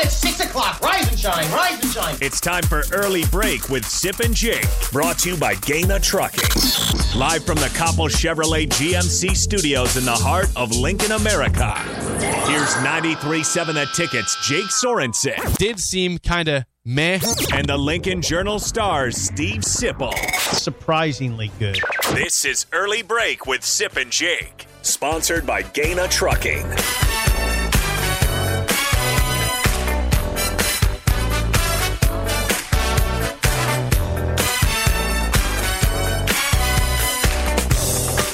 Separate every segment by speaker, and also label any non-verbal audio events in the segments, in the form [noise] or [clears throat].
Speaker 1: o'clock. Rise and shine. Rise and shine.
Speaker 2: It's time for Early Break with Sip and Jake, brought to you by Gaina Trucking. Live from the Coppel Chevrolet GMC studios in the heart of Lincoln, America. Here's 93.7 The Tickets, Jake Sorensen,
Speaker 3: Did seem kind of meh.
Speaker 2: and the Lincoln Journal Star's Steve Sipple.
Speaker 4: surprisingly good.
Speaker 2: This is Early Break with Sip and Jake, sponsored by Gaina Trucking.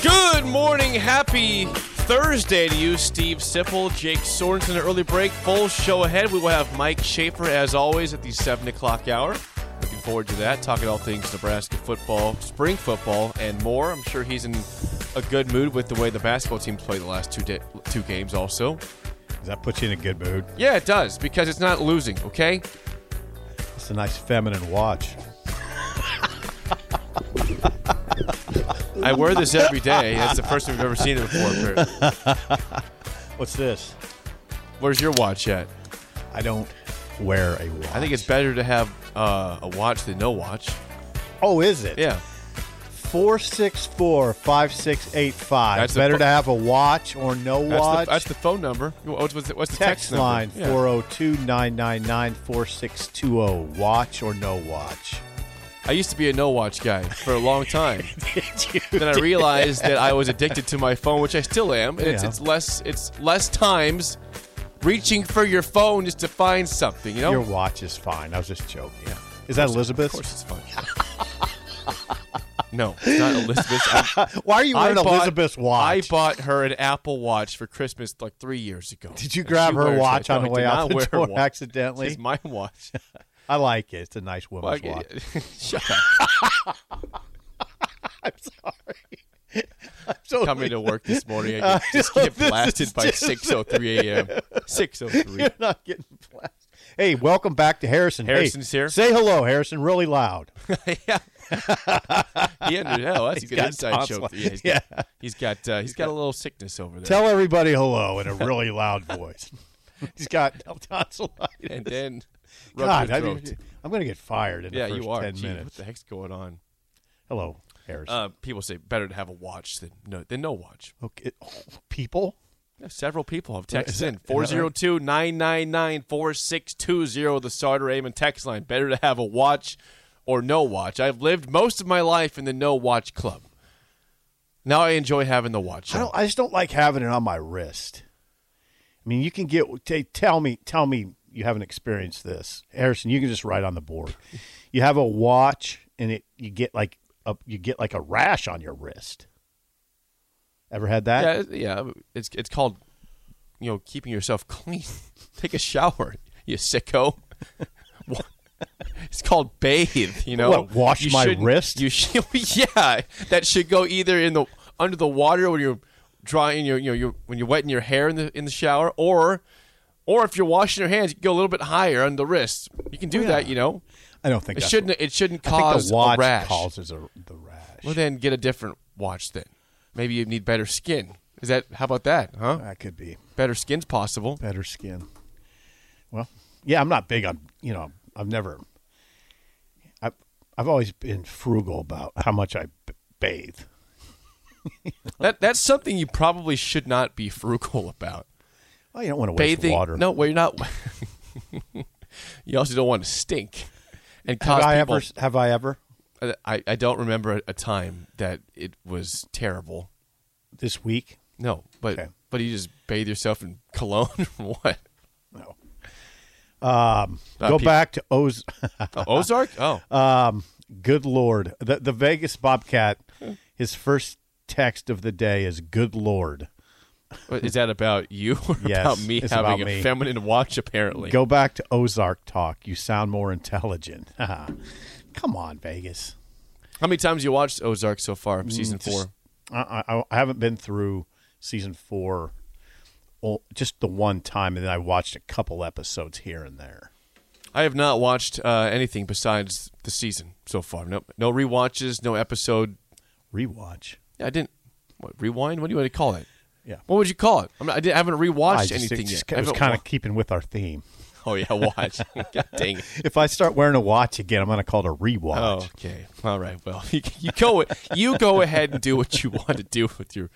Speaker 3: Good morning. Happy Thursday to you, Steve Sipple, Jake Sorensen. Early break. Full show ahead. We will have Mike Schaefer, as always, at the 7 o'clock hour. Looking forward to that. Talking all things Nebraska football, spring football, and more. I'm sure he's in a good mood with the way the basketball team's played the last two, da- two games, also.
Speaker 4: That puts you in a good mood.
Speaker 3: Yeah, it does, because it's not losing, okay?
Speaker 4: It's a nice feminine watch.
Speaker 3: I wear this every day. That's the first time we've ever seen it before.
Speaker 4: What's this?
Speaker 3: Where's your watch at?
Speaker 4: I don't wear a watch.
Speaker 3: I think it's better to have uh, a watch than no watch.
Speaker 4: Oh, is it?
Speaker 3: Yeah.
Speaker 4: Four six four five six eight five.
Speaker 3: That's the
Speaker 4: Better
Speaker 3: fo-
Speaker 4: to have a watch or no
Speaker 3: That's
Speaker 4: watch.
Speaker 3: The, that's the phone number. What's, what's the, what's the text,
Speaker 4: text, line
Speaker 3: number? Yeah.
Speaker 4: 402 999 4620. oh. Watch or no
Speaker 3: [laughs]
Speaker 4: watch.
Speaker 3: I used to be a no watch guy for a long
Speaker 4: [laughs]
Speaker 3: time.
Speaker 4: Did you?
Speaker 3: then I realized that I was addicted to my phone, which I still am. And it's,
Speaker 4: Yeah.
Speaker 3: it's less it's less times reaching for your phone just to find something. You know,
Speaker 4: Your watch is fine. I was just joking. Is that Elizabeth?
Speaker 3: of course it's fun. [laughs] no, it's not Elizabeth. I,
Speaker 4: Why are you
Speaker 3: I
Speaker 4: wearing
Speaker 3: bought-
Speaker 4: Elizabeth's watch?
Speaker 3: I bought her an Apple Watch for Christmas like three years ago.
Speaker 4: Did you
Speaker 3: And
Speaker 4: grab
Speaker 3: she
Speaker 4: her
Speaker 3: wears it.
Speaker 4: watch on
Speaker 3: No,
Speaker 4: the
Speaker 3: I
Speaker 4: way
Speaker 3: did
Speaker 4: out
Speaker 3: not
Speaker 4: the
Speaker 3: wear her
Speaker 4: door
Speaker 3: watch.
Speaker 4: accidentally?
Speaker 3: It's my
Speaker 4: [laughs]
Speaker 3: watch.
Speaker 4: I like it. It's a nice
Speaker 3: Like,
Speaker 4: woman's watch.
Speaker 3: [laughs] Shut up.
Speaker 4: I'm sorry. I'm so
Speaker 3: Coming to work this
Speaker 4: [laughs]
Speaker 3: morning, I get- [laughs] just
Speaker 4: know,
Speaker 3: get
Speaker 4: Uh, this is
Speaker 3: blasted by
Speaker 4: just-
Speaker 3: 6:03
Speaker 4: [laughs]
Speaker 3: a.m. 6:03.
Speaker 4: You're [laughs] not getting blasted. Hey, welcome back to Harrison. Hey,
Speaker 3: Harrison's here.
Speaker 4: Say hello, Harrison,
Speaker 3: [laughs]
Speaker 4: really loud.
Speaker 3: yeah. yeah, no, no, that's a good
Speaker 4: got
Speaker 3: inside joke.
Speaker 4: tonsils.
Speaker 3: Yeah, he's
Speaker 4: Yeah.
Speaker 3: got he's got uh, he's got a little sickness over there.
Speaker 4: Tell everybody hello in a really
Speaker 3: [laughs]
Speaker 4: loud voice. He's got tonsillitis.
Speaker 3: and then rub
Speaker 4: God,
Speaker 3: your
Speaker 4: I
Speaker 3: throat.
Speaker 4: am going to get fired in
Speaker 3: yeah,
Speaker 4: the first
Speaker 3: you are.
Speaker 4: 10
Speaker 3: Gee, what
Speaker 4: minutes.
Speaker 3: the heck's going on?
Speaker 4: Hello, Harrison.
Speaker 3: Uh, people say better to have a watch than no than no watch.
Speaker 4: okay. oh, people?
Speaker 3: Yeah, Several people have
Speaker 4: Is
Speaker 3: texted
Speaker 4: that-
Speaker 3: in
Speaker 4: is that right?
Speaker 3: 402 999 4620, the Sarter Raymond text line. Better to have a watch or no watch. I've lived most of my life in the no watch club. Now I enjoy having the watch.
Speaker 4: I
Speaker 3: on.
Speaker 4: don't. I just don't like having it on my wrist. I mean, you can get. T- tell me, tell me, you haven't experienced this, Harrison. You can just write on the board. You have a watch, and it you get like a you get like a rash on your wrist. Ever had that?
Speaker 3: yeah, it- yeah, it's it's called you know keeping yourself [laughs] clean. Take a shower, you sicko. [laughs] Wha- it's called bathe. You know,
Speaker 4: What, wash
Speaker 3: You
Speaker 4: my
Speaker 3: shouldn't-
Speaker 4: wrist?
Speaker 3: You [laughs] should, yeah, that should go either in the under the water when you're drying your you know your when you're wetting your hair in the in the shower, or or if you're washing your hands, you go a little bit higher on the wrist. You can do that. You know,
Speaker 4: Oh, I don't think
Speaker 3: it
Speaker 4: that's-
Speaker 3: shouldn't it shouldn't
Speaker 4: I think
Speaker 3: cause
Speaker 4: the watch
Speaker 3: a rash.
Speaker 4: causes a, the rash.
Speaker 3: well, then get a different watch. Then maybe you need better skin. Is that how about that? Huh?
Speaker 4: that could be
Speaker 3: better skin's possible.
Speaker 4: better skin. Well, yeah, I'm not big on you know. I've never. I've I've always been frugal about how much I b- bathe.
Speaker 3: That that's something you probably should not be frugal about.
Speaker 4: Oh, you don't want to waste
Speaker 3: Bathing,
Speaker 4: water.
Speaker 3: no, well, you're not. [laughs] you also don't want to stink and
Speaker 4: Have
Speaker 3: cause
Speaker 4: I
Speaker 3: people.
Speaker 4: ever? Have I ever?
Speaker 3: I I don't remember a, a time that it was terrible.
Speaker 4: This week?
Speaker 3: No, but
Speaker 4: Okay.
Speaker 3: but you just bathe yourself in cologne [laughs] or
Speaker 4: [laughs]
Speaker 3: what?
Speaker 4: No.
Speaker 3: Uh, people-
Speaker 4: Go back to Oz. [laughs]
Speaker 3: Oh, Ozark. Oh,
Speaker 4: Uh, Good Lord, the the Vegas Bobcat. His first text of the day is "Good Lord."
Speaker 3: is that about you or
Speaker 4: yes,
Speaker 3: about me
Speaker 4: it's
Speaker 3: having
Speaker 4: about
Speaker 3: a
Speaker 4: me.
Speaker 3: feminine watch? Apparently,
Speaker 4: Go back to Ozark talk. You sound more intelligent. [laughs] Come on, Vegas.
Speaker 3: how many times you watched Ozark so far? Season
Speaker 4: Just-
Speaker 3: four.
Speaker 4: I, I I haven't been through season four, oh, just the one time, and then I watched a couple episodes here and there.
Speaker 3: I have not watched uh, anything besides the season so far. No, no rewatches, no episode.
Speaker 4: Rewatch.
Speaker 3: Yeah, I didn't what, rewind. What do you want to call it?
Speaker 4: Yeah.
Speaker 3: What would you call it? I'm not, I, didn't, I haven't rewatched
Speaker 4: I just-
Speaker 3: anything
Speaker 4: it just
Speaker 3: yet. I
Speaker 4: It was
Speaker 3: haven't
Speaker 4: kind of
Speaker 3: wa-
Speaker 4: keeping with our theme.
Speaker 3: Oh yeah, watch. [laughs] God dang it.
Speaker 4: If I start wearing a watch again, I'm going to call it a rewatch.
Speaker 3: Oh, okay. All right. Well, [laughs] you, you go. You go ahead and do what you want to do with your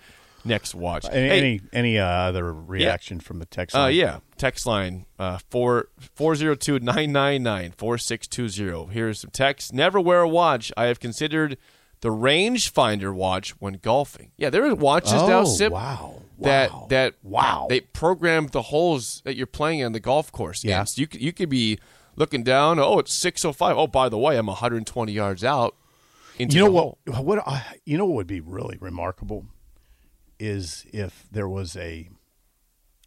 Speaker 3: next watch.
Speaker 4: Any
Speaker 3: Hey,
Speaker 4: any, any uh, other reaction from the text?
Speaker 3: Uh,
Speaker 4: line?
Speaker 3: yeah. Text line uh, 4, 402-999-4620. Here's some text. Never wear a watch. I have considered the rangefinder watch when golfing. Yeah, there are watches now,
Speaker 4: Oh,
Speaker 3: Sip.
Speaker 4: wow.
Speaker 3: That
Speaker 4: Wow.
Speaker 3: that
Speaker 4: Wow.
Speaker 3: They programmed the holes that you're playing on the golf course.
Speaker 4: Yeah.
Speaker 3: in. So you could- you could be looking down. Oh, it's six oh five. Oh, by the way, I'm 120 yards out. into
Speaker 4: You know
Speaker 3: the
Speaker 4: what?
Speaker 3: hole.
Speaker 4: What I- you know what would be really remarkable is if there was a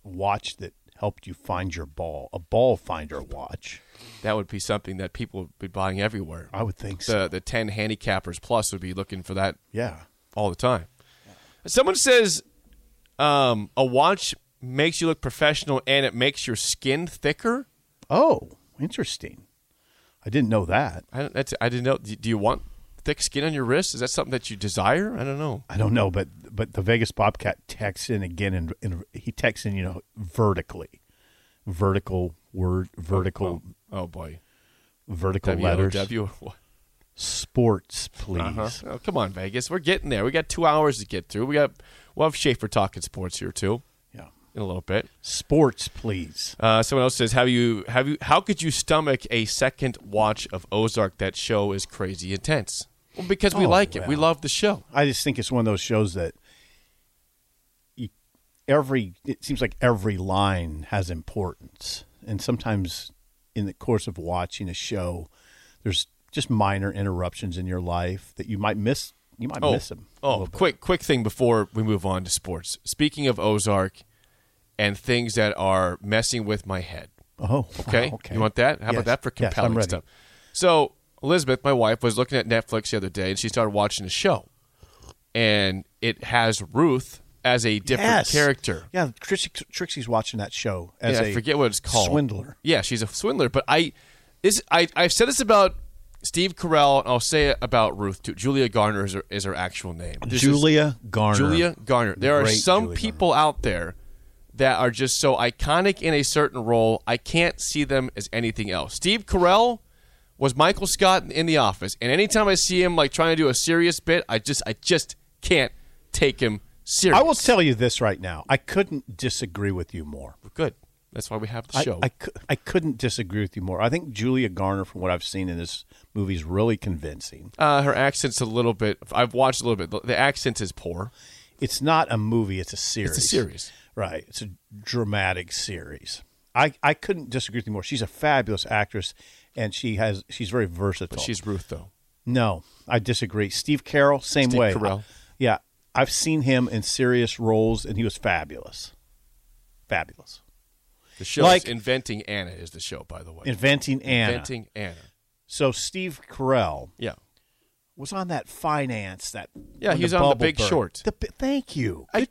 Speaker 4: watch that helped you find your ball, a ball finder watch.
Speaker 3: That would be something that people would be buying everywhere.
Speaker 4: I would think so.
Speaker 3: The the 10 handicappers plus would be looking for that
Speaker 4: yeah.
Speaker 3: all the time. Someone says um, a watch makes you look professional and it makes your skin thicker.
Speaker 4: Oh, interesting. I didn't know that.
Speaker 3: I don't, that's, I didn't know. Do do you want thick skin on your wrist? Is that something that you desire? I don't know.
Speaker 4: I don't know, but but the Vegas Bobcat texts in again, and, and he texts in, you know, vertically, vertical word, vertical,
Speaker 3: Oh boy,
Speaker 4: vertical
Speaker 3: W O
Speaker 4: letters.
Speaker 3: W or what?
Speaker 4: Sports, please.
Speaker 3: Huh? Oh, come on, Vegas. We're getting there. We got two hours to get through. We got we'll have Schaefer talking sports here too
Speaker 4: Yeah,
Speaker 3: in a little bit.
Speaker 4: sports, please.
Speaker 3: Uh, someone else says, "Have you have you how could you stomach a second watch of Ozark? That show is crazy intense." Well, because we
Speaker 4: Oh,
Speaker 3: like it. We
Speaker 4: well.
Speaker 3: love the show.
Speaker 4: I just think it's one of those shows that you, every it seems like every line has importance, and sometimes in the course of watching a show, there's just minor interruptions in your life that you might miss. You might miss them.
Speaker 3: Oh, quick, quick thing before we move on to sports. Speaking of Ozark and things that are messing with my head.
Speaker 4: Oh,
Speaker 3: Okay,
Speaker 4: wow, okay.
Speaker 3: you want that? How
Speaker 4: Yes,
Speaker 3: about that for
Speaker 4: yes, I'm
Speaker 3: compelling
Speaker 4: ready.
Speaker 3: stuff? So Elizabeth, my wife, was looking at Netflix the other day, and she started watching a show, and it has Ruth as a different
Speaker 4: Yes.
Speaker 3: character.
Speaker 4: Yeah, Trixie, Trixie's watching that show as
Speaker 3: yeah,
Speaker 4: a
Speaker 3: I forget what it's called.
Speaker 4: swindler.
Speaker 3: Yeah, she's a swindler. But I this I I've said this about Steve Carell, and I'll say it about Ruth too. Julia Garner is her, is her actual name. This is-
Speaker 4: Julia Garner.
Speaker 3: Julia Garner. There are
Speaker 4: Great
Speaker 3: some
Speaker 4: Julia
Speaker 3: people out there that are just so iconic in a certain role. I can't see them as anything else. Steve Carell was Michael Scott in The Office, and anytime I see him like trying to do a serious bit, I just I just can't take him serious.
Speaker 4: I will tell you this right now. I couldn't disagree with you more.
Speaker 3: good. That's why we have the
Speaker 4: I,
Speaker 3: show.
Speaker 4: I, cou- I couldn't disagree with you more. I think Julia Garner, from what I've seen in this movie, is really convincing.
Speaker 3: Uh, her accent's a little bit. I've watched a little bit. The- The accent is poor.
Speaker 4: It's not a movie; it's a series.
Speaker 3: It's a series.
Speaker 4: right? It's a dramatic series. I, I couldn't disagree with you more. She's a fabulous actress, and she has she's very versatile.
Speaker 3: She's Ruth though.
Speaker 4: No, I disagree. Steve Carroll, same
Speaker 3: Steve
Speaker 4: way.
Speaker 3: Carell.
Speaker 4: I- yeah, I've seen him in serious roles, and he was fabulous. Fabulous.
Speaker 3: The show
Speaker 4: Like-
Speaker 3: is inventing Anna is the show by the way.
Speaker 4: Inventing Anna.
Speaker 3: Inventing Anna.
Speaker 4: So Steve Carell
Speaker 3: Yeah.
Speaker 4: was on that finance that
Speaker 3: Yeah,
Speaker 4: when
Speaker 3: he was on The
Speaker 4: bubble
Speaker 3: Big
Speaker 4: burst.
Speaker 3: Short.
Speaker 4: The bi- thank you. Good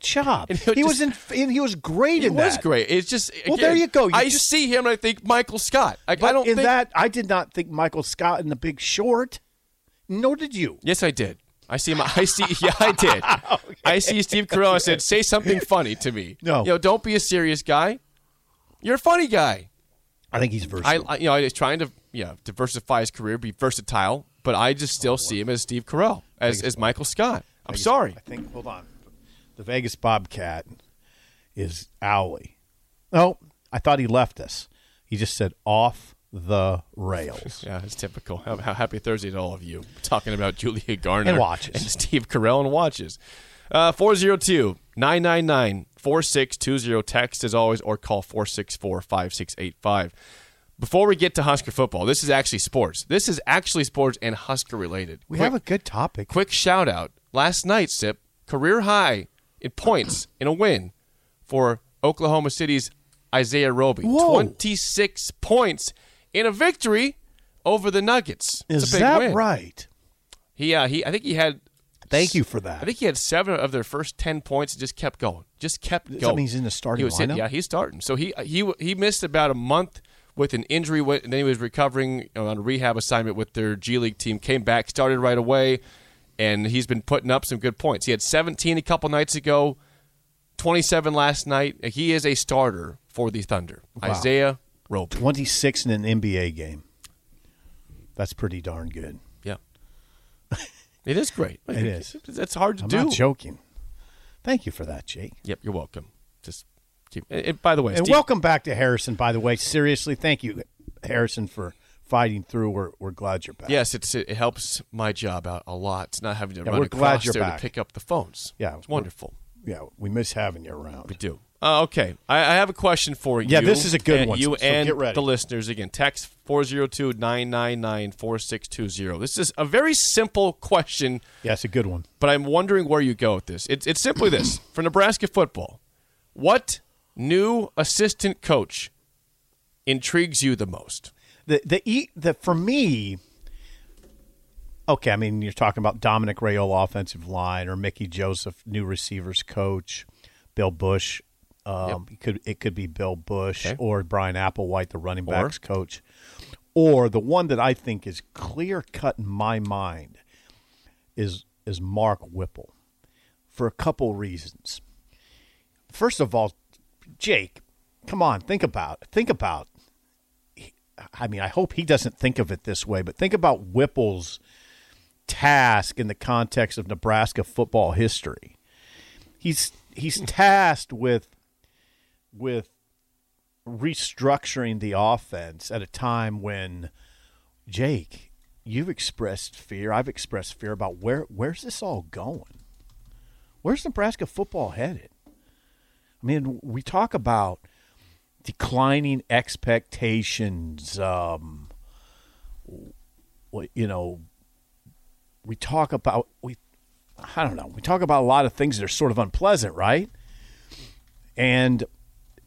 Speaker 3: [laughs]
Speaker 4: job.
Speaker 3: and he was
Speaker 4: He was in. And he was great
Speaker 3: It
Speaker 4: in
Speaker 3: was
Speaker 4: that.
Speaker 3: great. It's just
Speaker 4: Well,
Speaker 3: again,
Speaker 4: there you go. You
Speaker 3: I
Speaker 4: just-
Speaker 3: see him and I think Michael Scott. I, I
Speaker 4: But
Speaker 3: don't
Speaker 4: in
Speaker 3: think
Speaker 4: that I did not think Michael Scott in The Big Short. Nor did you.
Speaker 3: Yes, I did. I see him. I see. Yeah, I
Speaker 4: [laughs]
Speaker 3: did. I see Steve Carell. I said, "Say something funny to me."
Speaker 4: No.
Speaker 3: you know, don't be a serious guy. You're a funny guy.
Speaker 4: I think he's
Speaker 3: I,
Speaker 4: versatile.
Speaker 3: I you know, he's trying to yeah diversify his career, be versatile, but I just still
Speaker 4: Oh,
Speaker 3: see him as Steve Carell, as as Michael Scott. I'm sorry.
Speaker 4: I think. Hold on. The Vegas Bobcat is Owly. No, I thought he left us. He just said off the
Speaker 3: [laughs]
Speaker 4: rails.
Speaker 3: Yeah, it's typical. How, how happy Thursday to all of you. Talking about Julia Garner
Speaker 4: And watches.
Speaker 3: and Steve Carell and watches. Uh, 402-999-4620. Text as always or call 464-5685. Before we get to Husker football, this is actually sports. This is actually sports and Husker related.
Speaker 4: we
Speaker 3: Quick-
Speaker 4: have a good topic.
Speaker 3: quick shout out last night sip career high in points in a win for oklahoma city's isaiah roby
Speaker 4: Whoa.
Speaker 3: 26 points in a victory over the nuggets It's
Speaker 4: Is
Speaker 3: a big
Speaker 4: that
Speaker 3: win.
Speaker 4: right?
Speaker 3: he, uh, he i think he had
Speaker 4: Thank you for that.
Speaker 3: I think he had seven of their first ten points and just kept going, just kept
Speaker 4: Does
Speaker 3: going.
Speaker 4: that mean he's in the starting
Speaker 3: He was
Speaker 4: lineup?
Speaker 3: yeah, he's starting. So he he he missed about a month with an injury, went- and then he was recovering you know, on a rehab assignment with their G League team. Came back, started right away, and he's been putting up some good points. He had 17 a couple nights ago, 27 last night. He is a starter for the Thunder. Isaiah Roby.
Speaker 4: 26 in an NBA game. That's pretty darn good. [laughs]
Speaker 3: Yeah. It is great.
Speaker 4: It is.
Speaker 3: That's hard to
Speaker 4: I'm
Speaker 3: do.
Speaker 4: not joking. Thank you for that, Jake.
Speaker 3: Yep, you're welcome. Just keep. And, and by the way,
Speaker 4: And
Speaker 3: Steve-
Speaker 4: welcome back to Harrison, by the way. Seriously, thank you, Harrison, for fighting through. We're, we're glad you're back.
Speaker 3: yes, it's it helps my job out a lot. Not having to
Speaker 4: Yeah,
Speaker 3: run
Speaker 4: we're glad
Speaker 3: across
Speaker 4: you're
Speaker 3: there
Speaker 4: back.
Speaker 3: to pick up the phones.
Speaker 4: Yeah,
Speaker 3: it's
Speaker 4: we're-
Speaker 3: wonderful.
Speaker 4: Yeah, we miss having you
Speaker 3: We
Speaker 4: around.
Speaker 3: do. Uh, okay, I, I have a question for you.
Speaker 4: Yeah, this is a good
Speaker 3: and
Speaker 4: one,
Speaker 3: You
Speaker 4: so get
Speaker 3: and
Speaker 4: ready.
Speaker 3: the listeners again. Text 402-999-4620. This is a very simple question,
Speaker 4: Yeah, it's a good one.
Speaker 3: but I'm wondering where you go with this. It's it's simply
Speaker 4: [clears throat]
Speaker 3: this for Nebraska football. What new assistant coach intrigues you the most?
Speaker 4: the the e the for me okay i mean you're talking about dominic rayola offensive line or mickey joseph new receivers coach bill bush um, it could it could be bill bush
Speaker 3: Okay.
Speaker 4: or brian applewhite the running backs coach or the one that i think is clear cut in my mind is is mark whipple for a couple reasons first of all jake come on think about think about I mean, I hope he doesn't think of it this way, but think about Whipple's task in the context of Nebraska football history. He's he's tasked with with restructuring the offense at a time when Jake, you've expressed fear, I've expressed fear about where where's this all going? Where's Nebraska football headed? I mean, we talk about declining expectations. Um, w- you know, we talk about we, I don't know, we talk about a lot of things that are sort of unpleasant, right? And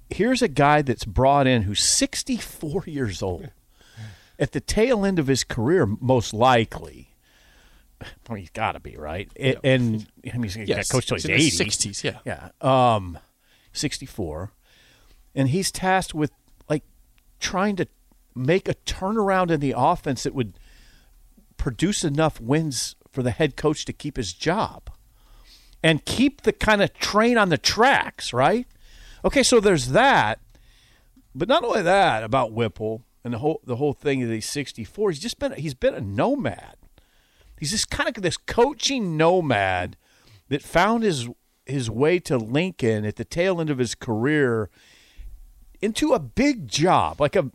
Speaker 4: here's a guy that's brought in who's 64 years
Speaker 3: [laughs]
Speaker 4: old, at the tail end of his career, most likely. Well, he's got to be right, A- and I mean, he's
Speaker 3: Yes,
Speaker 4: got coached till
Speaker 3: it's
Speaker 4: he's
Speaker 3: in his
Speaker 4: 80.
Speaker 3: 60s, yeah.
Speaker 4: yeah, um, 64 and he's tasked with like trying to make a turnaround in the offense that would produce enough wins for the head coach to keep his job and keep the kind of train on the tracks, right? Okay, so there's that. But not only that about Whipple and the whole the whole thing that he's 64, he's just been he's been a nomad. He's just kind of this coaching nomad that found his his way to Lincoln at the tail end of his career into a big job, like a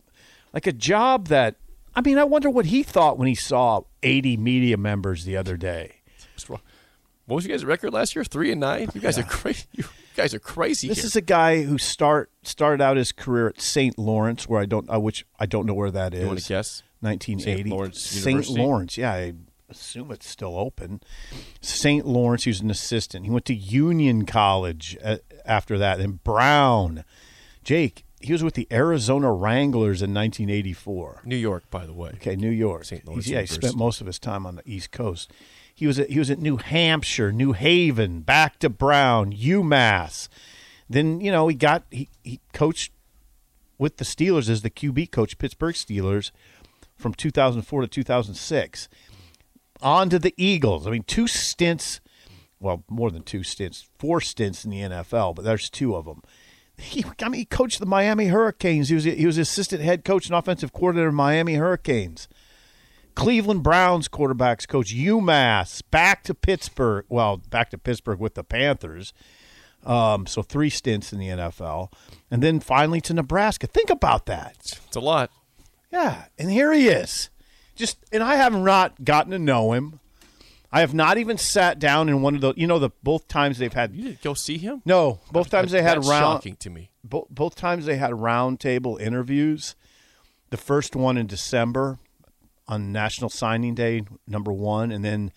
Speaker 4: like a job that I mean, I wonder what he thought when he saw 80 media members the other day.
Speaker 3: What's wrong? What was you guys' record last year? Three and nine. You guys are crazy. [laughs] You guys are crazy.
Speaker 4: This
Speaker 3: here.
Speaker 4: is a guy who start started out his career at St. Lawrence, where I don't, I which I don't know where that is.
Speaker 3: you want to guess? St.
Speaker 4: 1980.
Speaker 3: Lawrence
Speaker 4: St.
Speaker 3: University.
Speaker 4: Lawrence, yeah, I assume it's still open. St. Lawrence, he was an assistant. He went to Union College uh, after that, and Brown. Jake, he was with the Arizona Wranglers in 1984.
Speaker 3: New York, by the way.
Speaker 4: Okay, New York.
Speaker 3: St. Lawrence
Speaker 4: He's- yeah, he
Speaker 3: University.
Speaker 4: spent most of his time on the East Coast. He was at, he was at New Hampshire, New Haven, back to Brown, UMass. Then you know he got he, he coached with the Steelers as the QB coach, Pittsburgh Steelers, from 2004 to 2006. On to the Eagles. I mean, two stints. Well, more than two stints, four stints in the NFL, but there's two of them. He, I mean, he coached the Miami Hurricanes. He was he was assistant head coach and offensive coordinator of Miami Hurricanes. Cleveland Browns quarterbacks coach, UMass, back to Pittsburgh. Well, back to Pittsburgh with the Panthers. Um, so three stints in the NFL, and then finally to Nebraska. Think about that.
Speaker 3: It's a lot.
Speaker 4: Yeah, and here he is. Just and I have not gotten to know him. I have not even sat down in one of the. You know the both times they've had.
Speaker 3: You didn't go see him?
Speaker 4: No, both times they had
Speaker 3: That's
Speaker 4: round
Speaker 3: shocking to me.
Speaker 4: both both times they had roundtable interviews. The first one in December on National Signing Day, number one, and then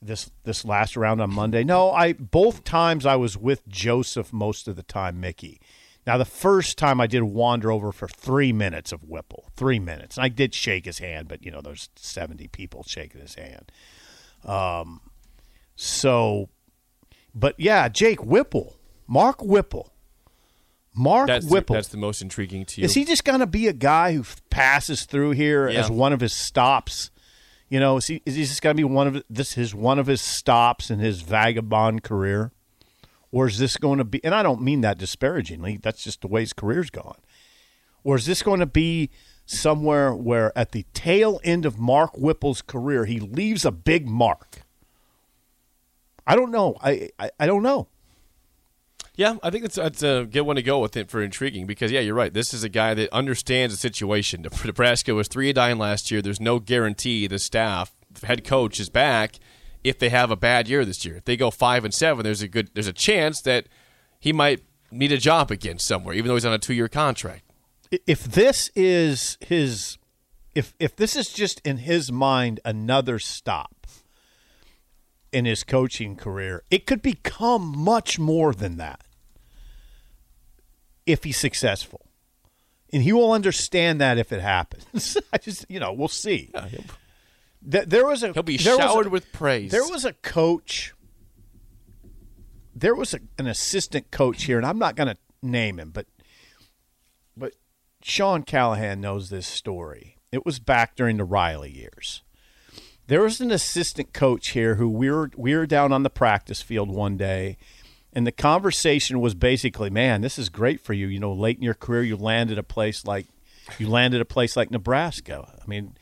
Speaker 4: this this last round on Monday. No, I both times I was with Joseph most of the time, Mickey. Now the first time I did wander over for three minutes of Whipple, three minutes, and I did shake his hand, but you know there's seventy people shaking his hand. Um, so, but yeah, Jake Whipple, Mark Whipple, Mark
Speaker 3: That's the,
Speaker 4: Whipple.
Speaker 3: that's the most intriguing to you.
Speaker 4: Is he just going to be a guy who f- passes through here
Speaker 3: Yeah.
Speaker 4: as one of his stops? You know, is he, is he just going to be one of this is one of his stops in his vagabond career, or is this going to be? And I don't mean that disparagingly. That's just the way his career's gone. Or is this going to be somewhere where at the tail end of Mark Whipple's career, he leaves a big mark? I don't know. I, I, I don't know.
Speaker 3: Yeah, I think that's, that's a good one to go with it for intriguing because, yeah, you're right. This is a guy that understands the situation. Nebraska was 3 9 last year. There's no guarantee the staff, the head coach, is back if they have a bad year this year. If they go 5 and 7, there's a good there's a chance that he might need a job again somewhere, even though he's on a two year contract.
Speaker 4: if this is his if if this is just in his mind another stop in his coaching career it could become much more than that if he's successful and he will understand that if it happens [laughs] i just you know we'll see Th- there was a
Speaker 3: He'll be
Speaker 4: there was a-
Speaker 3: showered with praise.
Speaker 4: there was a coach. There was a, an assistant coach here, and I'm not going to name him, but but Sean Callahan knows this story. It was back during the Riley years. There was an assistant coach here who we were we were down on the practice field one day, and the conversation was basically, "Man, this is great for you. You know, late in your career, you landed a place like you landed a place like Nebraska. I mean,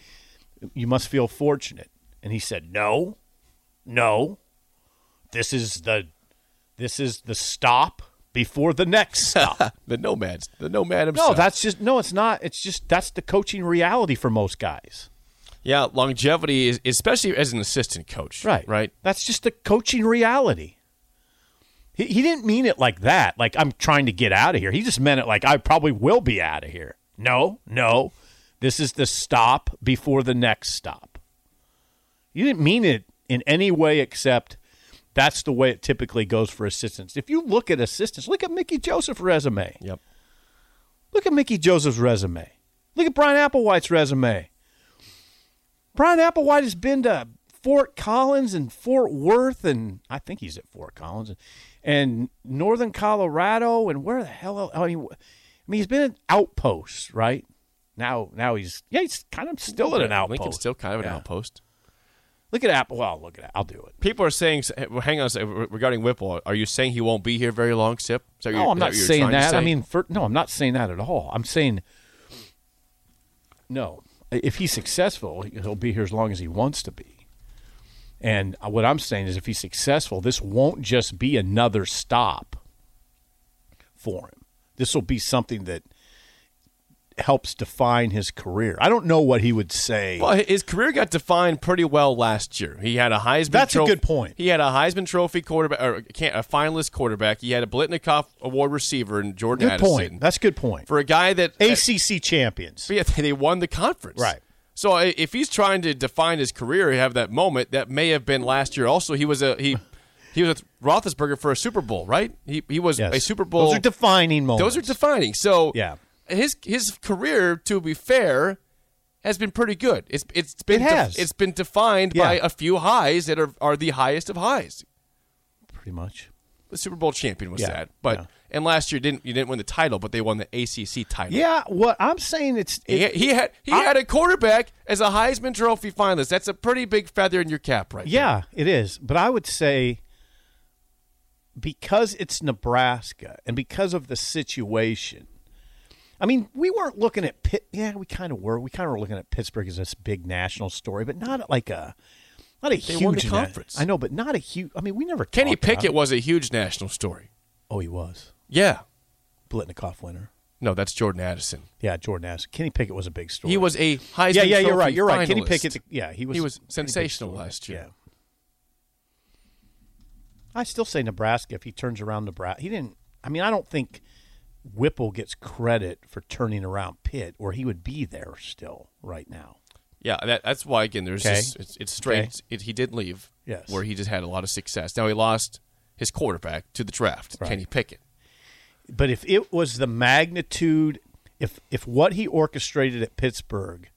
Speaker 4: you must feel fortunate." And he said, "No, no this is the this is the stop before the next stop
Speaker 3: the nomads, the nomad himself.
Speaker 4: no that's just no it's not it's just that's the coaching reality for most guys
Speaker 3: yeah. Longevity is especially as an assistant coach, Right.
Speaker 4: that's just the coaching reality he, he didn't mean it like that like i'm trying to get out of here he just meant it like i probably will be out of here no no this is the stop before the next stop you didn't mean it in any way except that's the way it typically goes for assistants. If you look at assistants, look at Mickey Joseph's resume.
Speaker 3: Yep.
Speaker 4: Look at Mickey Joseph's resume. Look at Brian Applewhite's resume. Brian Applewhite has been to Fort Collins and Fort Worth, and I think he's at Fort Collins, and Northern Colorado, and where the hell? I mean, I mean he's been at outposts, right? Now, now he's yeah, he's kind of still at an outpost.
Speaker 3: Lincoln's still kind of an
Speaker 4: Yeah.
Speaker 3: outpost.
Speaker 4: Look at Apple. Well, look at it. I'll do it.
Speaker 3: People are saying, eh, hang on a second, regarding Whipple, are you saying he won't be here very long, Sip? Is that what
Speaker 4: No,
Speaker 3: you're-
Speaker 4: I'm
Speaker 3: is
Speaker 4: not
Speaker 3: what you're
Speaker 4: saying
Speaker 3: trying to
Speaker 4: that. I
Speaker 3: say?
Speaker 4: mean, for, no, I'm not saying that at all. I'm saying no. If he's successful, he'll be here as long as he wants to be. And uh, what I'm saying is, if he's successful, this won't just be another stop for him. This will be something that helps define his career. I don't know what he would say.
Speaker 3: Well, his career got defined pretty well last year. He had a Heisman.
Speaker 4: That's a
Speaker 3: Trophy-
Speaker 4: good point.
Speaker 3: He had a Heisman Trophy quarterback, or can't, a finalist quarterback. He had a Blitnikoff Award receiver in Jordan
Speaker 4: good
Speaker 3: Addison.
Speaker 4: point. That's a good point.
Speaker 3: For a guy that
Speaker 4: ACC champions.
Speaker 3: But yeah, they won the conference.
Speaker 4: Right.
Speaker 3: So i- if he's trying to define his career, have that moment that may have been last year. Also, he was a
Speaker 4: [laughs]
Speaker 3: he he was with Roethlisberger for a Super Bowl, right? He he was
Speaker 4: Yes.
Speaker 3: a Super Bowl.
Speaker 4: Those are defining moments.
Speaker 3: Those are defining. So
Speaker 4: Yeah.
Speaker 3: his his career, to be fair, has been pretty good. It's it's been
Speaker 4: It has.
Speaker 3: it's been defined
Speaker 4: Yeah.
Speaker 3: by a few highs that are are the highest of highs.
Speaker 4: pretty much.
Speaker 3: The Super Bowl champion was
Speaker 4: Yeah.
Speaker 3: that, but
Speaker 4: Yeah.
Speaker 3: and last year didn't you didn't win the title, but they won the ACC title.
Speaker 4: Yeah, what I'm saying it's
Speaker 3: He,
Speaker 4: it,
Speaker 3: he had he
Speaker 4: I-
Speaker 3: had a quarterback as a Heisman Trophy finalist. That's a pretty big feather in your cap, right? there.
Speaker 4: yeah, it is. But I would say because it's Nebraska and because of the situation. I mean, we weren't looking at Pitt. Yeah, we kind of were. We kind of were looking at Pittsburgh as this big national story, but not like a not a huge
Speaker 3: won the
Speaker 4: na-
Speaker 3: conference.
Speaker 4: I know, but not a huge. I mean, we never.
Speaker 3: Kenny
Speaker 4: talked about
Speaker 3: Pickett
Speaker 4: it.
Speaker 3: was a huge national story.
Speaker 4: Oh, he was
Speaker 3: Yeah.
Speaker 4: Blitnikoff winner.
Speaker 3: No, that's Jordan Addison.
Speaker 4: Yeah, Jordan asked. Kenny Pickett was a big story.
Speaker 3: He was a Heisman.
Speaker 4: Yeah, yeah, you're
Speaker 3: Trophy
Speaker 4: right. You're right. Kenny
Speaker 3: finalist.
Speaker 4: Pickett. Yeah, he was.
Speaker 3: He was
Speaker 4: pretty big
Speaker 3: sensational
Speaker 4: story.
Speaker 3: last year.
Speaker 4: Yeah. I still say Nebraska if he turns around Nebraska. He didn't. I mean, I don't think Whipple gets credit for turning around Pitt, or he would be there still right now.
Speaker 3: Yeah, that, that's why again. There's
Speaker 4: Okay.
Speaker 3: this, it's, it's straight.
Speaker 4: Okay.
Speaker 3: It, he did leave.
Speaker 4: Yes.
Speaker 3: Where he just had a lot of success. Now he lost his quarterback to the draft, Kenny Pickett.
Speaker 4: But if it was the magnitude, if if what he orchestrated at Pittsburgh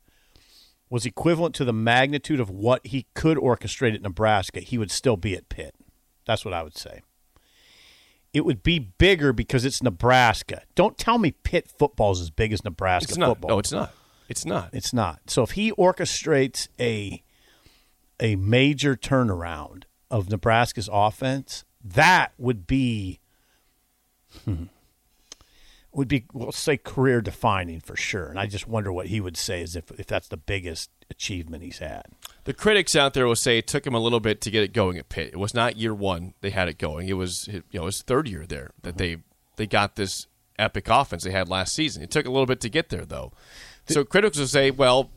Speaker 4: was equivalent to the magnitude of what he could orchestrate at Nebraska, he would still be at Pitt. That's what I would say. It would be bigger because it's Nebraska. Don't tell me Pitt football is as big as Nebraska
Speaker 3: It's not.
Speaker 4: football.
Speaker 3: No, it's not. It's not.
Speaker 4: It's not. So if he orchestrates a a major turnaround of Nebraska's offense, that would be hmm, would be we'll say career defining for sure. And I just wonder what he would say is if if that's the biggest achievement he's had.
Speaker 3: The critics out there will say it took him a little bit to get it going at Pitt. It was not year one they had it going. It was you know his third year there that they they got this epic offense they had last season. It took a little bit to get there though. So critics will say, well,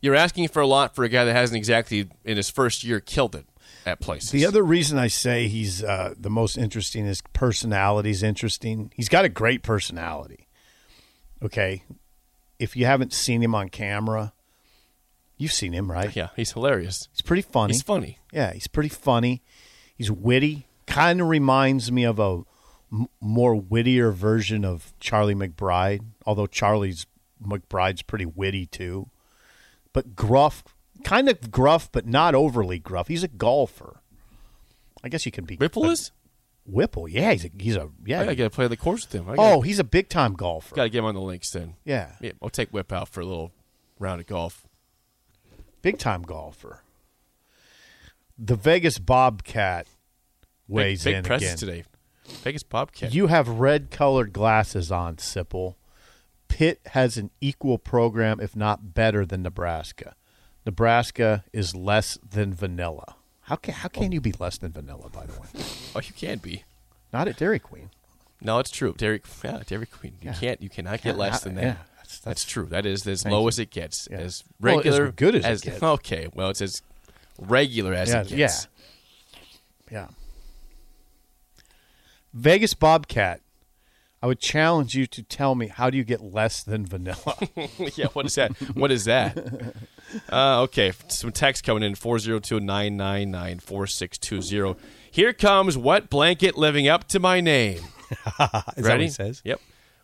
Speaker 3: you're asking for a lot for a guy that hasn't exactly in his first year killed it at places.
Speaker 4: The other reason I say he's uh, the most interesting is personality's interesting. He's got a great personality. Okay, if you haven't seen him on camera, you've seen him, right?
Speaker 3: yeah, he's hilarious.
Speaker 4: He's pretty funny.
Speaker 3: He's funny.
Speaker 4: Yeah, he's pretty funny. He's witty. Kind of reminds me of a m- more wittier version of Charlie McBride, although Charlie's McBride's pretty witty too. But gruff, kind of gruff, but not overly gruff. He's a golfer. I guess you can be
Speaker 3: Ripple is.
Speaker 4: Whipple. Yeah, he's a he's a yeah.
Speaker 3: I gotta get to play the course with him. I gotta,
Speaker 4: oh, he's a big time golfer.
Speaker 3: gotta get him on the links then.
Speaker 4: yeah,
Speaker 3: Yeah, I'll take Whip out for a little round of golf.
Speaker 4: big time golfer. The Vegas Bobcat
Speaker 3: Big-
Speaker 4: weighs
Speaker 3: big
Speaker 4: in
Speaker 3: presses
Speaker 4: again.
Speaker 3: today. Vegas Bobcat.
Speaker 4: You have red colored glasses on, Sipple. Pitt has an equal program, if not better, than Nebraska. Nebraska is less than vanilla. How can how can you be less than vanilla? By the way,
Speaker 3: oh, you can be.
Speaker 4: not at Dairy Queen.
Speaker 3: No, it's true. Dairy, yeah, Dairy Queen. You can't. You cannot get less than that.
Speaker 4: Yeah,
Speaker 3: that's,
Speaker 4: that's-
Speaker 3: true. That is as low as it gets. As
Speaker 4: Well, as
Speaker 3: regular,
Speaker 4: good as it gets.
Speaker 3: [laughs] Okay, well, it's as regular as it
Speaker 4: yeah,
Speaker 3: gets.
Speaker 4: yeah, yeah. Vegas Bobcat. I would challenge you to tell me how do you get less than
Speaker 3: [laughs]
Speaker 4: vanilla?
Speaker 3: Yeah. What is that? What is that? Uh, okay. f- Some text coming in 402-999-4620. Here comes wet blanket living up to my
Speaker 5: [laughs]
Speaker 3: name.
Speaker 5: Is that what
Speaker 3: Ready?
Speaker 5: he says?
Speaker 3: Yep.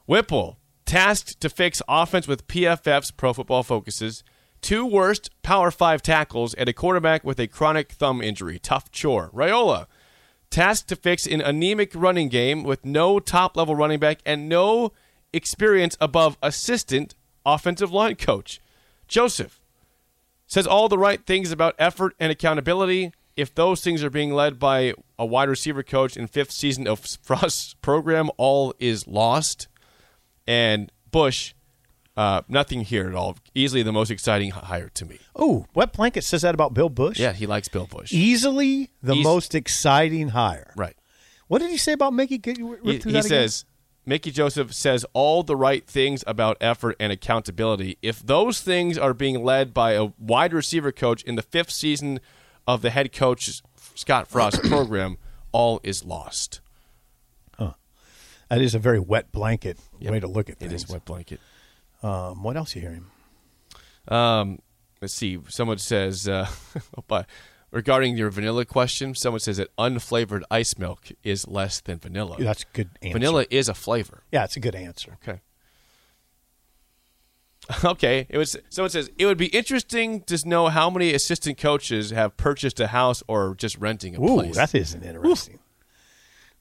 Speaker 3: Whipple, tasked to fix offense with PFF's Pro Football Focuses. Two worst Power 5 tackles and a quarterback with a chronic thumb injury. Tough chore. Rayola, tasked to fix an anemic running game with no top level running back and no experience above assistant offensive line coach. Joseph, says all the right things about effort and accountability. If those things are being led by a wide receiver coach in fifth season of [laughs] Frost's program, all is lost. And Bush, uh, nothing here at all. Easily the most exciting hire to me.
Speaker 4: oh, Wet Blanket says that about Bill Bush.
Speaker 3: Yeah, he likes Bill Bush.
Speaker 4: Easily the
Speaker 3: Eas-
Speaker 4: most exciting hire.
Speaker 3: right.
Speaker 4: What did he say about Mickey? Get you
Speaker 3: He, he says Mickey Joseph says all the right things about effort and accountability. If those things are being led by a wide receiver coach in the fifth season of the head coach Scott
Speaker 4: [coughs]
Speaker 3: Frost program, all is lost.
Speaker 4: that is a very wet blanket way to look at
Speaker 3: It
Speaker 4: things.
Speaker 3: is wet blanket.
Speaker 4: Um, what else you hearing?
Speaker 3: Um, let's see. Someone says, uh, [laughs] oh, but regarding your vanilla question, someone says that unflavored ice milk is less than vanilla.
Speaker 4: That's a good answer.
Speaker 3: vanilla is a flavor.
Speaker 4: Yeah, it's a good answer.
Speaker 3: Okay. [laughs] Okay. It was someone says it would be interesting to know how many assistant coaches have purchased a house or just renting a
Speaker 4: Ooh,
Speaker 3: place.
Speaker 4: that isn't interesting.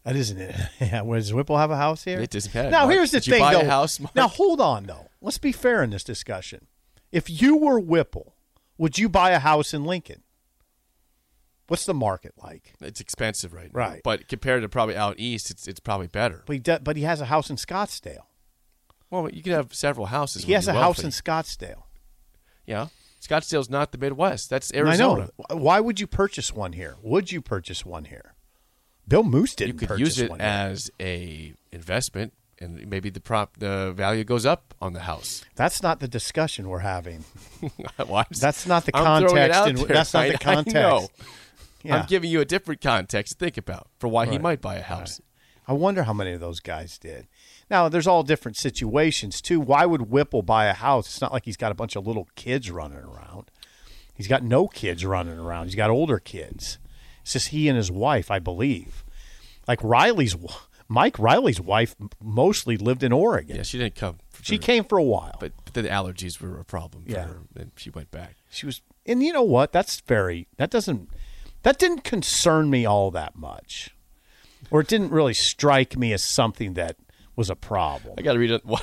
Speaker 4: That isn't it. [laughs] Yeah, well, does Whipple have a house here?
Speaker 3: It doesn't matter,
Speaker 4: Now
Speaker 3: Mark.
Speaker 4: here's the
Speaker 3: Did you
Speaker 4: thing,
Speaker 3: buy a
Speaker 4: though.
Speaker 3: house, Mark?
Speaker 4: Now hold on, though. Let's be fair in this discussion. If you were Whipple, would you buy a house in Lincoln? What's the market like?
Speaker 3: it's expensive, right? now.
Speaker 4: Right.
Speaker 3: But compared to probably out east, it's it's probably better.
Speaker 4: But he, de- but he has a house in Scottsdale.
Speaker 3: Well, you could have several houses.
Speaker 4: He
Speaker 3: when
Speaker 4: has a
Speaker 3: you're
Speaker 4: house
Speaker 3: wealthy.
Speaker 4: in Scottsdale.
Speaker 3: yeah. Scottsdale's not the Midwest. That's
Speaker 4: I
Speaker 3: Arizona.
Speaker 4: know. Why would you purchase one here? Would you purchase one here? Bill Moose
Speaker 3: you
Speaker 4: didn't
Speaker 3: could
Speaker 4: purchase
Speaker 3: use it
Speaker 4: one here.
Speaker 3: as a investment and maybe the prop the value goes up on the house [laughs]
Speaker 4: That's not the discussion we're having. [laughs]
Speaker 3: Why is-
Speaker 4: That's not the
Speaker 3: I'm throwing it
Speaker 4: context
Speaker 3: out
Speaker 4: in-
Speaker 3: there.
Speaker 4: that's not
Speaker 3: I- [laughs]
Speaker 4: the
Speaker 3: I
Speaker 4: context.
Speaker 3: know.
Speaker 4: Yeah.
Speaker 3: i'm giving you a different context to think about for why he might buy a house
Speaker 4: I wonder how many of those guys did. Now, there's all different situations too. Why would Whipple buy a house? It's not like he's got a bunch of little kids running around. He's got no kids running around. He's got older kids. It's just he and his wife, I believe. Like Riley's, w- Mike Riley's wife m- mostly lived in Oregon.
Speaker 3: yeah she didn't come for-
Speaker 4: She came for a while.
Speaker 3: but but the allergies were a problem for
Speaker 4: Yeah.
Speaker 3: her and she went back
Speaker 4: she was and you know what that's very that doesn't that didn't concern me all that much or it didn't really strike me as something that was a problem
Speaker 3: i gotta read it- [laughs] one,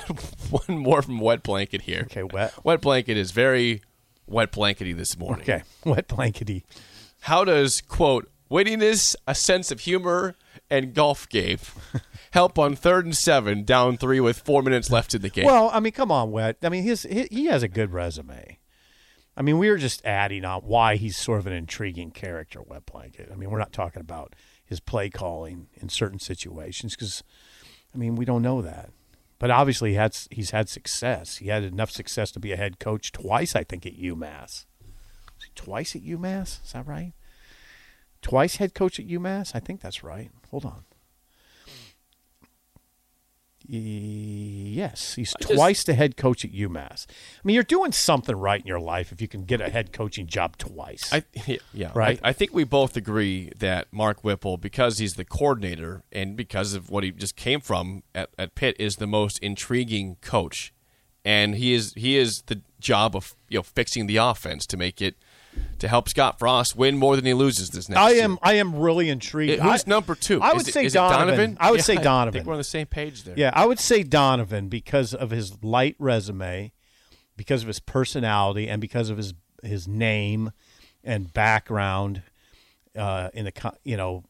Speaker 3: one more from wet blanket here
Speaker 4: Okay, Wet.
Speaker 3: [laughs] wet blanket is very wet blankety this morning
Speaker 4: [laughs] okay wet blankety
Speaker 3: how does quote wittiness a sense of humor and golf
Speaker 4: [laughs]
Speaker 3: game. Help on third and seven, down three with four minutes left in the game.
Speaker 4: Well, I mean, come on, Wet. I mean, his he, he has a good resume. I mean, we were just adding on why he's sort of an intriguing character, Wet Blanket. I mean, we're not talking about his play calling in certain situations because, I mean, we don't know that. But obviously, he had, he's had success. He had enough success to be a head coach twice, I think, at UMass. Was he Twice at UMass? Is that right? Twice head coach at UMass? I think that's right. Hold on. Y- Yes, he's twice the head coach at UMass. I mean, you're doing something right in your life if you can get a head coaching job twice.
Speaker 3: I, [laughs] yeah, yeah,
Speaker 4: Right.
Speaker 3: I, I think we both agree that Mark Whipple, because he's the coordinator and because of what he just came from at, at Pitt, is the most intriguing coach, and he is he is the job of you know fixing the offense to make it to help Scott Frost win more than he loses this next.
Speaker 4: I
Speaker 3: year.
Speaker 4: am I am really intrigued.
Speaker 3: I- who's
Speaker 4: I-
Speaker 3: number two?
Speaker 4: I
Speaker 3: Is
Speaker 4: would
Speaker 3: it-
Speaker 4: say
Speaker 3: is it
Speaker 4: Donovan. I would
Speaker 3: Yeah,
Speaker 4: say
Speaker 3: I think
Speaker 4: Donovan.
Speaker 3: we're on the same page there.
Speaker 4: yeah, I would say Donovan because of his light resume, because of his personality, and because of his his name and background uh, in the co- you know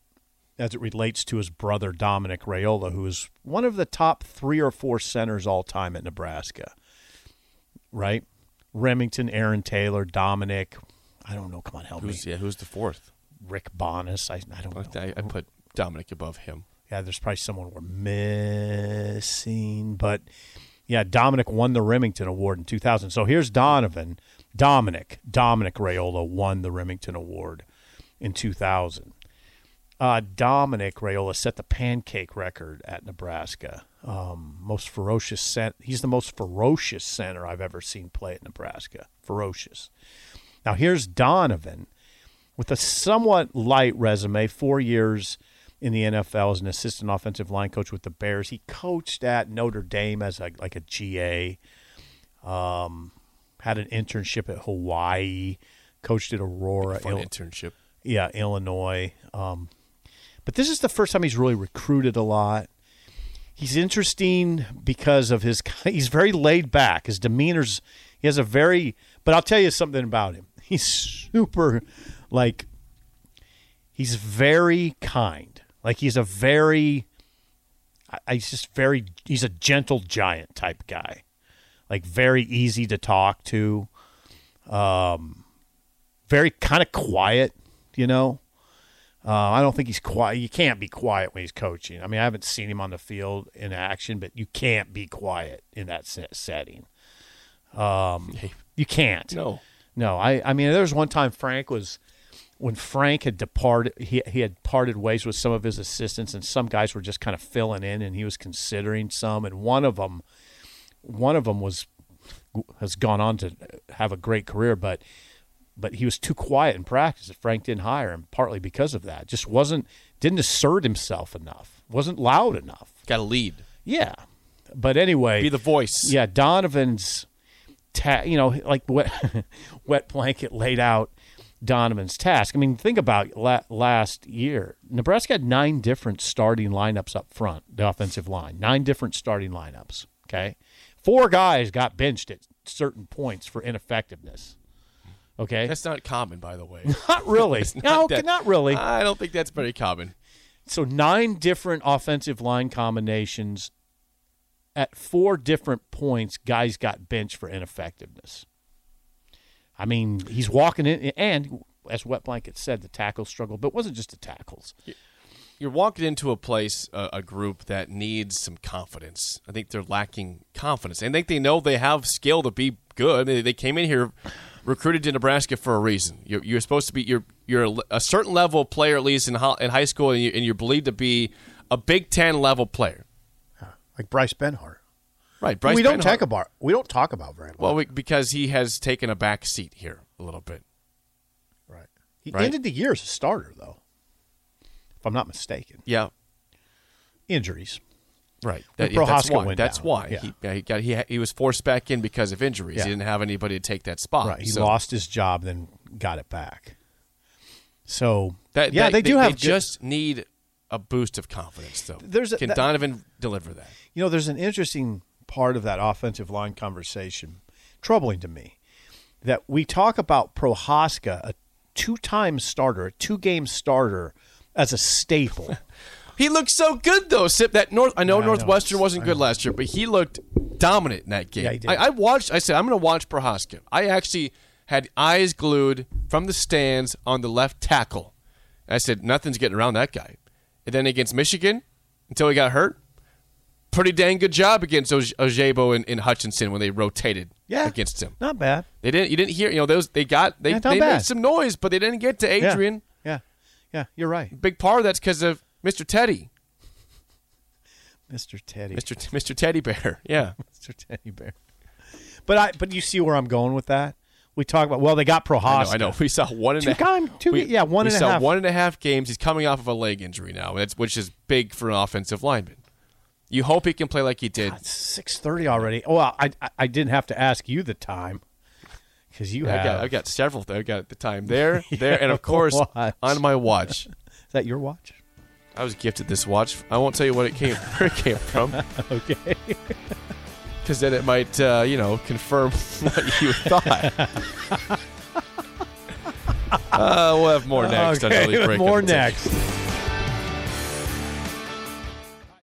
Speaker 4: as it relates to his brother Dominic Rayola, who is one of the top three or four centers all time at Nebraska. Right, Remington, Aaron Taylor, Dominic. I don't know. Come on, help
Speaker 3: Who's
Speaker 4: me.
Speaker 3: yeah? Who's the fourth?
Speaker 4: Rick Bonas. I, I don't know.
Speaker 3: I, I put Dominic above him.
Speaker 4: yeah, there's probably someone we're missing, but yeah, Dominic won the Remington Award in 2000. So here's Donovan, Dominic, Dominic Rayola won the Remington Award in 2000. Uh, Dominic Rayola set the pancake record at Nebraska. Um, most ferocious cent- He's the most ferocious center I've ever seen play at Nebraska. Ferocious. Now here's Donovan with a somewhat light resume, four years in the NFL as an assistant offensive line coach with the Bears. He coached at Notre Dame as a, like a GA, um, had an internship at Hawaii, coached at Aurora,
Speaker 3: Fun
Speaker 4: Ill-
Speaker 3: internship.
Speaker 4: yeah, Illinois. Um, but this is the first time he's really recruited a lot. He's interesting because of his. [laughs] He's very laid back. His demeanor's. He has a very. But I'll tell you something about him. [laughs] He's super, like. He's very kind. Like he's a very. I- I, he's just very. He's a gentle giant type guy, like very easy to talk to very kind of quiet, you know. Uh, I don't think he's quiet. You can't be quiet when he's coaching. I mean, I haven't seen him on the field in action, but you can't be quiet in that se- setting. Um, you can't.
Speaker 3: No.
Speaker 4: No, I, I mean, there was one time Frank was, when Frank had departed, he, he had parted ways with some of his assistants, and some guys were just kind of filling in, and he was considering some, and one of them, one of them was, has gone on to have a great career, but, but he was too quiet in practice that Frank didn't hire him, partly because of that. Just wasn't, didn't assert himself enough, wasn't loud enough.
Speaker 3: Got to lead.
Speaker 4: Yeah. But anyway,
Speaker 3: Be the voice.
Speaker 4: yeah, Donovan's, ta- you know, like wet, [laughs] wet blanket laid out Donovan's task. I mean, think about la- last year. Nebraska had nine different starting lineups up front, the offensive line, nine different starting lineups. Okay. Four guys got benched at certain points for ineffectiveness. Okay.
Speaker 3: That's not common, by the way. [laughs]
Speaker 4: not really. [laughs] no,
Speaker 3: that- Uh.
Speaker 4: not really.
Speaker 3: I don't think that's very common.
Speaker 4: So nine different offensive line combinations at four different points guys got benched for ineffectiveness. I mean, he's walking in and as Wet Blanket said, the tackles struggled, but it wasn't just the tackles.
Speaker 3: You're walking into a place, a, a group that needs some confidence. I think they're lacking confidence. I think they know they have skill to be good. They, they came in here recruited to Nebraska for a reason. You're, you're supposed to be you're you're a, le- a certain level player at least in, ho- in high school, and, you, and you're believed to be a Big Ten level player.
Speaker 5: like Bryce Benhart.
Speaker 3: Right, Bryce.
Speaker 5: we don't
Speaker 3: Benhart.
Speaker 5: talk about we don't talk about very much.
Speaker 3: well we, because he has taken a back seat here a little bit.
Speaker 5: right. He
Speaker 3: Right.
Speaker 5: ended the year as a starter though, if I'm not mistaken.
Speaker 3: Yeah,
Speaker 5: Injuries.
Speaker 3: Right.
Speaker 5: When
Speaker 3: That- yeah, that's
Speaker 5: Prohaska
Speaker 3: why.
Speaker 5: went
Speaker 3: That's
Speaker 5: down.
Speaker 3: why
Speaker 5: Yeah.
Speaker 3: he, yeah, he got he, ha- he was forced back in because of injuries.
Speaker 5: Yeah.
Speaker 3: He didn't have anybody to take that spot.
Speaker 5: Right. Uh, He
Speaker 3: So
Speaker 5: lost his job, then got it back. So
Speaker 3: that-
Speaker 5: yeah,
Speaker 3: that-
Speaker 5: they, do have good-
Speaker 3: just need a boost of confidence, though.
Speaker 5: There's a-
Speaker 3: Can
Speaker 5: that-
Speaker 3: Donovan deliver that?
Speaker 5: You know, there's an interesting part of that offensive line conversation, troubling to me, that we talk about
Speaker 3: [laughs]
Speaker 5: Prohaska, a two time starter, a two game starter, as a staple.
Speaker 3: He looked so good though. Sip that North. I know
Speaker 4: I know.
Speaker 3: Northwestern wasn't
Speaker 4: I
Speaker 3: good
Speaker 4: know.
Speaker 3: last year, but he looked dominant in that game.
Speaker 4: Yeah, he did.
Speaker 3: I, I watched. I said I'm going to watch Prohaska. I actually had eyes glued from the stands on the left tackle. I said nothing's getting around that guy. And then against Michigan, until he got hurt, pretty dang good job against Oj- Ojebo and, and Hutchinson when they rotated
Speaker 4: Yeah.
Speaker 3: against him.
Speaker 4: Not bad.
Speaker 3: They didn't. You didn't hear. You know those. They got. They,
Speaker 4: Yeah, not
Speaker 3: they made
Speaker 4: bad.
Speaker 3: some noise, but they didn't get to
Speaker 4: Yeah.
Speaker 3: Adrian.
Speaker 4: Yeah. Yeah, you're right.
Speaker 3: Big part of that's because of Mr. Teddy,
Speaker 4: Mr.
Speaker 5: [laughs]
Speaker 4: Teddy.
Speaker 3: Mr. T- Mr. Teddy Bear. [laughs] Yeah.
Speaker 4: Mr. Teddy Bear. But I but you see where I'm going with that? We talk about well, they got
Speaker 3: I
Speaker 4: Prohaska.
Speaker 3: know, I know. We saw one and a
Speaker 4: Two
Speaker 3: half.
Speaker 4: time- two-
Speaker 3: we,
Speaker 4: yeah, one
Speaker 3: we
Speaker 4: and a
Speaker 3: saw
Speaker 4: half.
Speaker 3: one and a half games. He's coming off of a leg injury now, that's, which is big for an offensive lineman. You hope he can play like he did.
Speaker 4: Six thirty already. Well, I, I I didn't have to ask you the time because you
Speaker 3: I
Speaker 4: have.
Speaker 3: got, I've got several. I've got the time
Speaker 4: [laughs]
Speaker 3: there, there, and of course
Speaker 4: watch.
Speaker 3: on my watch.
Speaker 4: Is that your watch?
Speaker 3: I was gifted this watch. I won't tell you what it came [laughs] where it came from.
Speaker 4: [laughs] Okay.
Speaker 3: because then it might, uh, you know, confirm [laughs] what you
Speaker 4: [laughs]
Speaker 3: thought. uh, we'll have more next on
Speaker 4: Okay,
Speaker 3: Early Break.
Speaker 4: [laughs] more
Speaker 3: It'll take-
Speaker 4: next.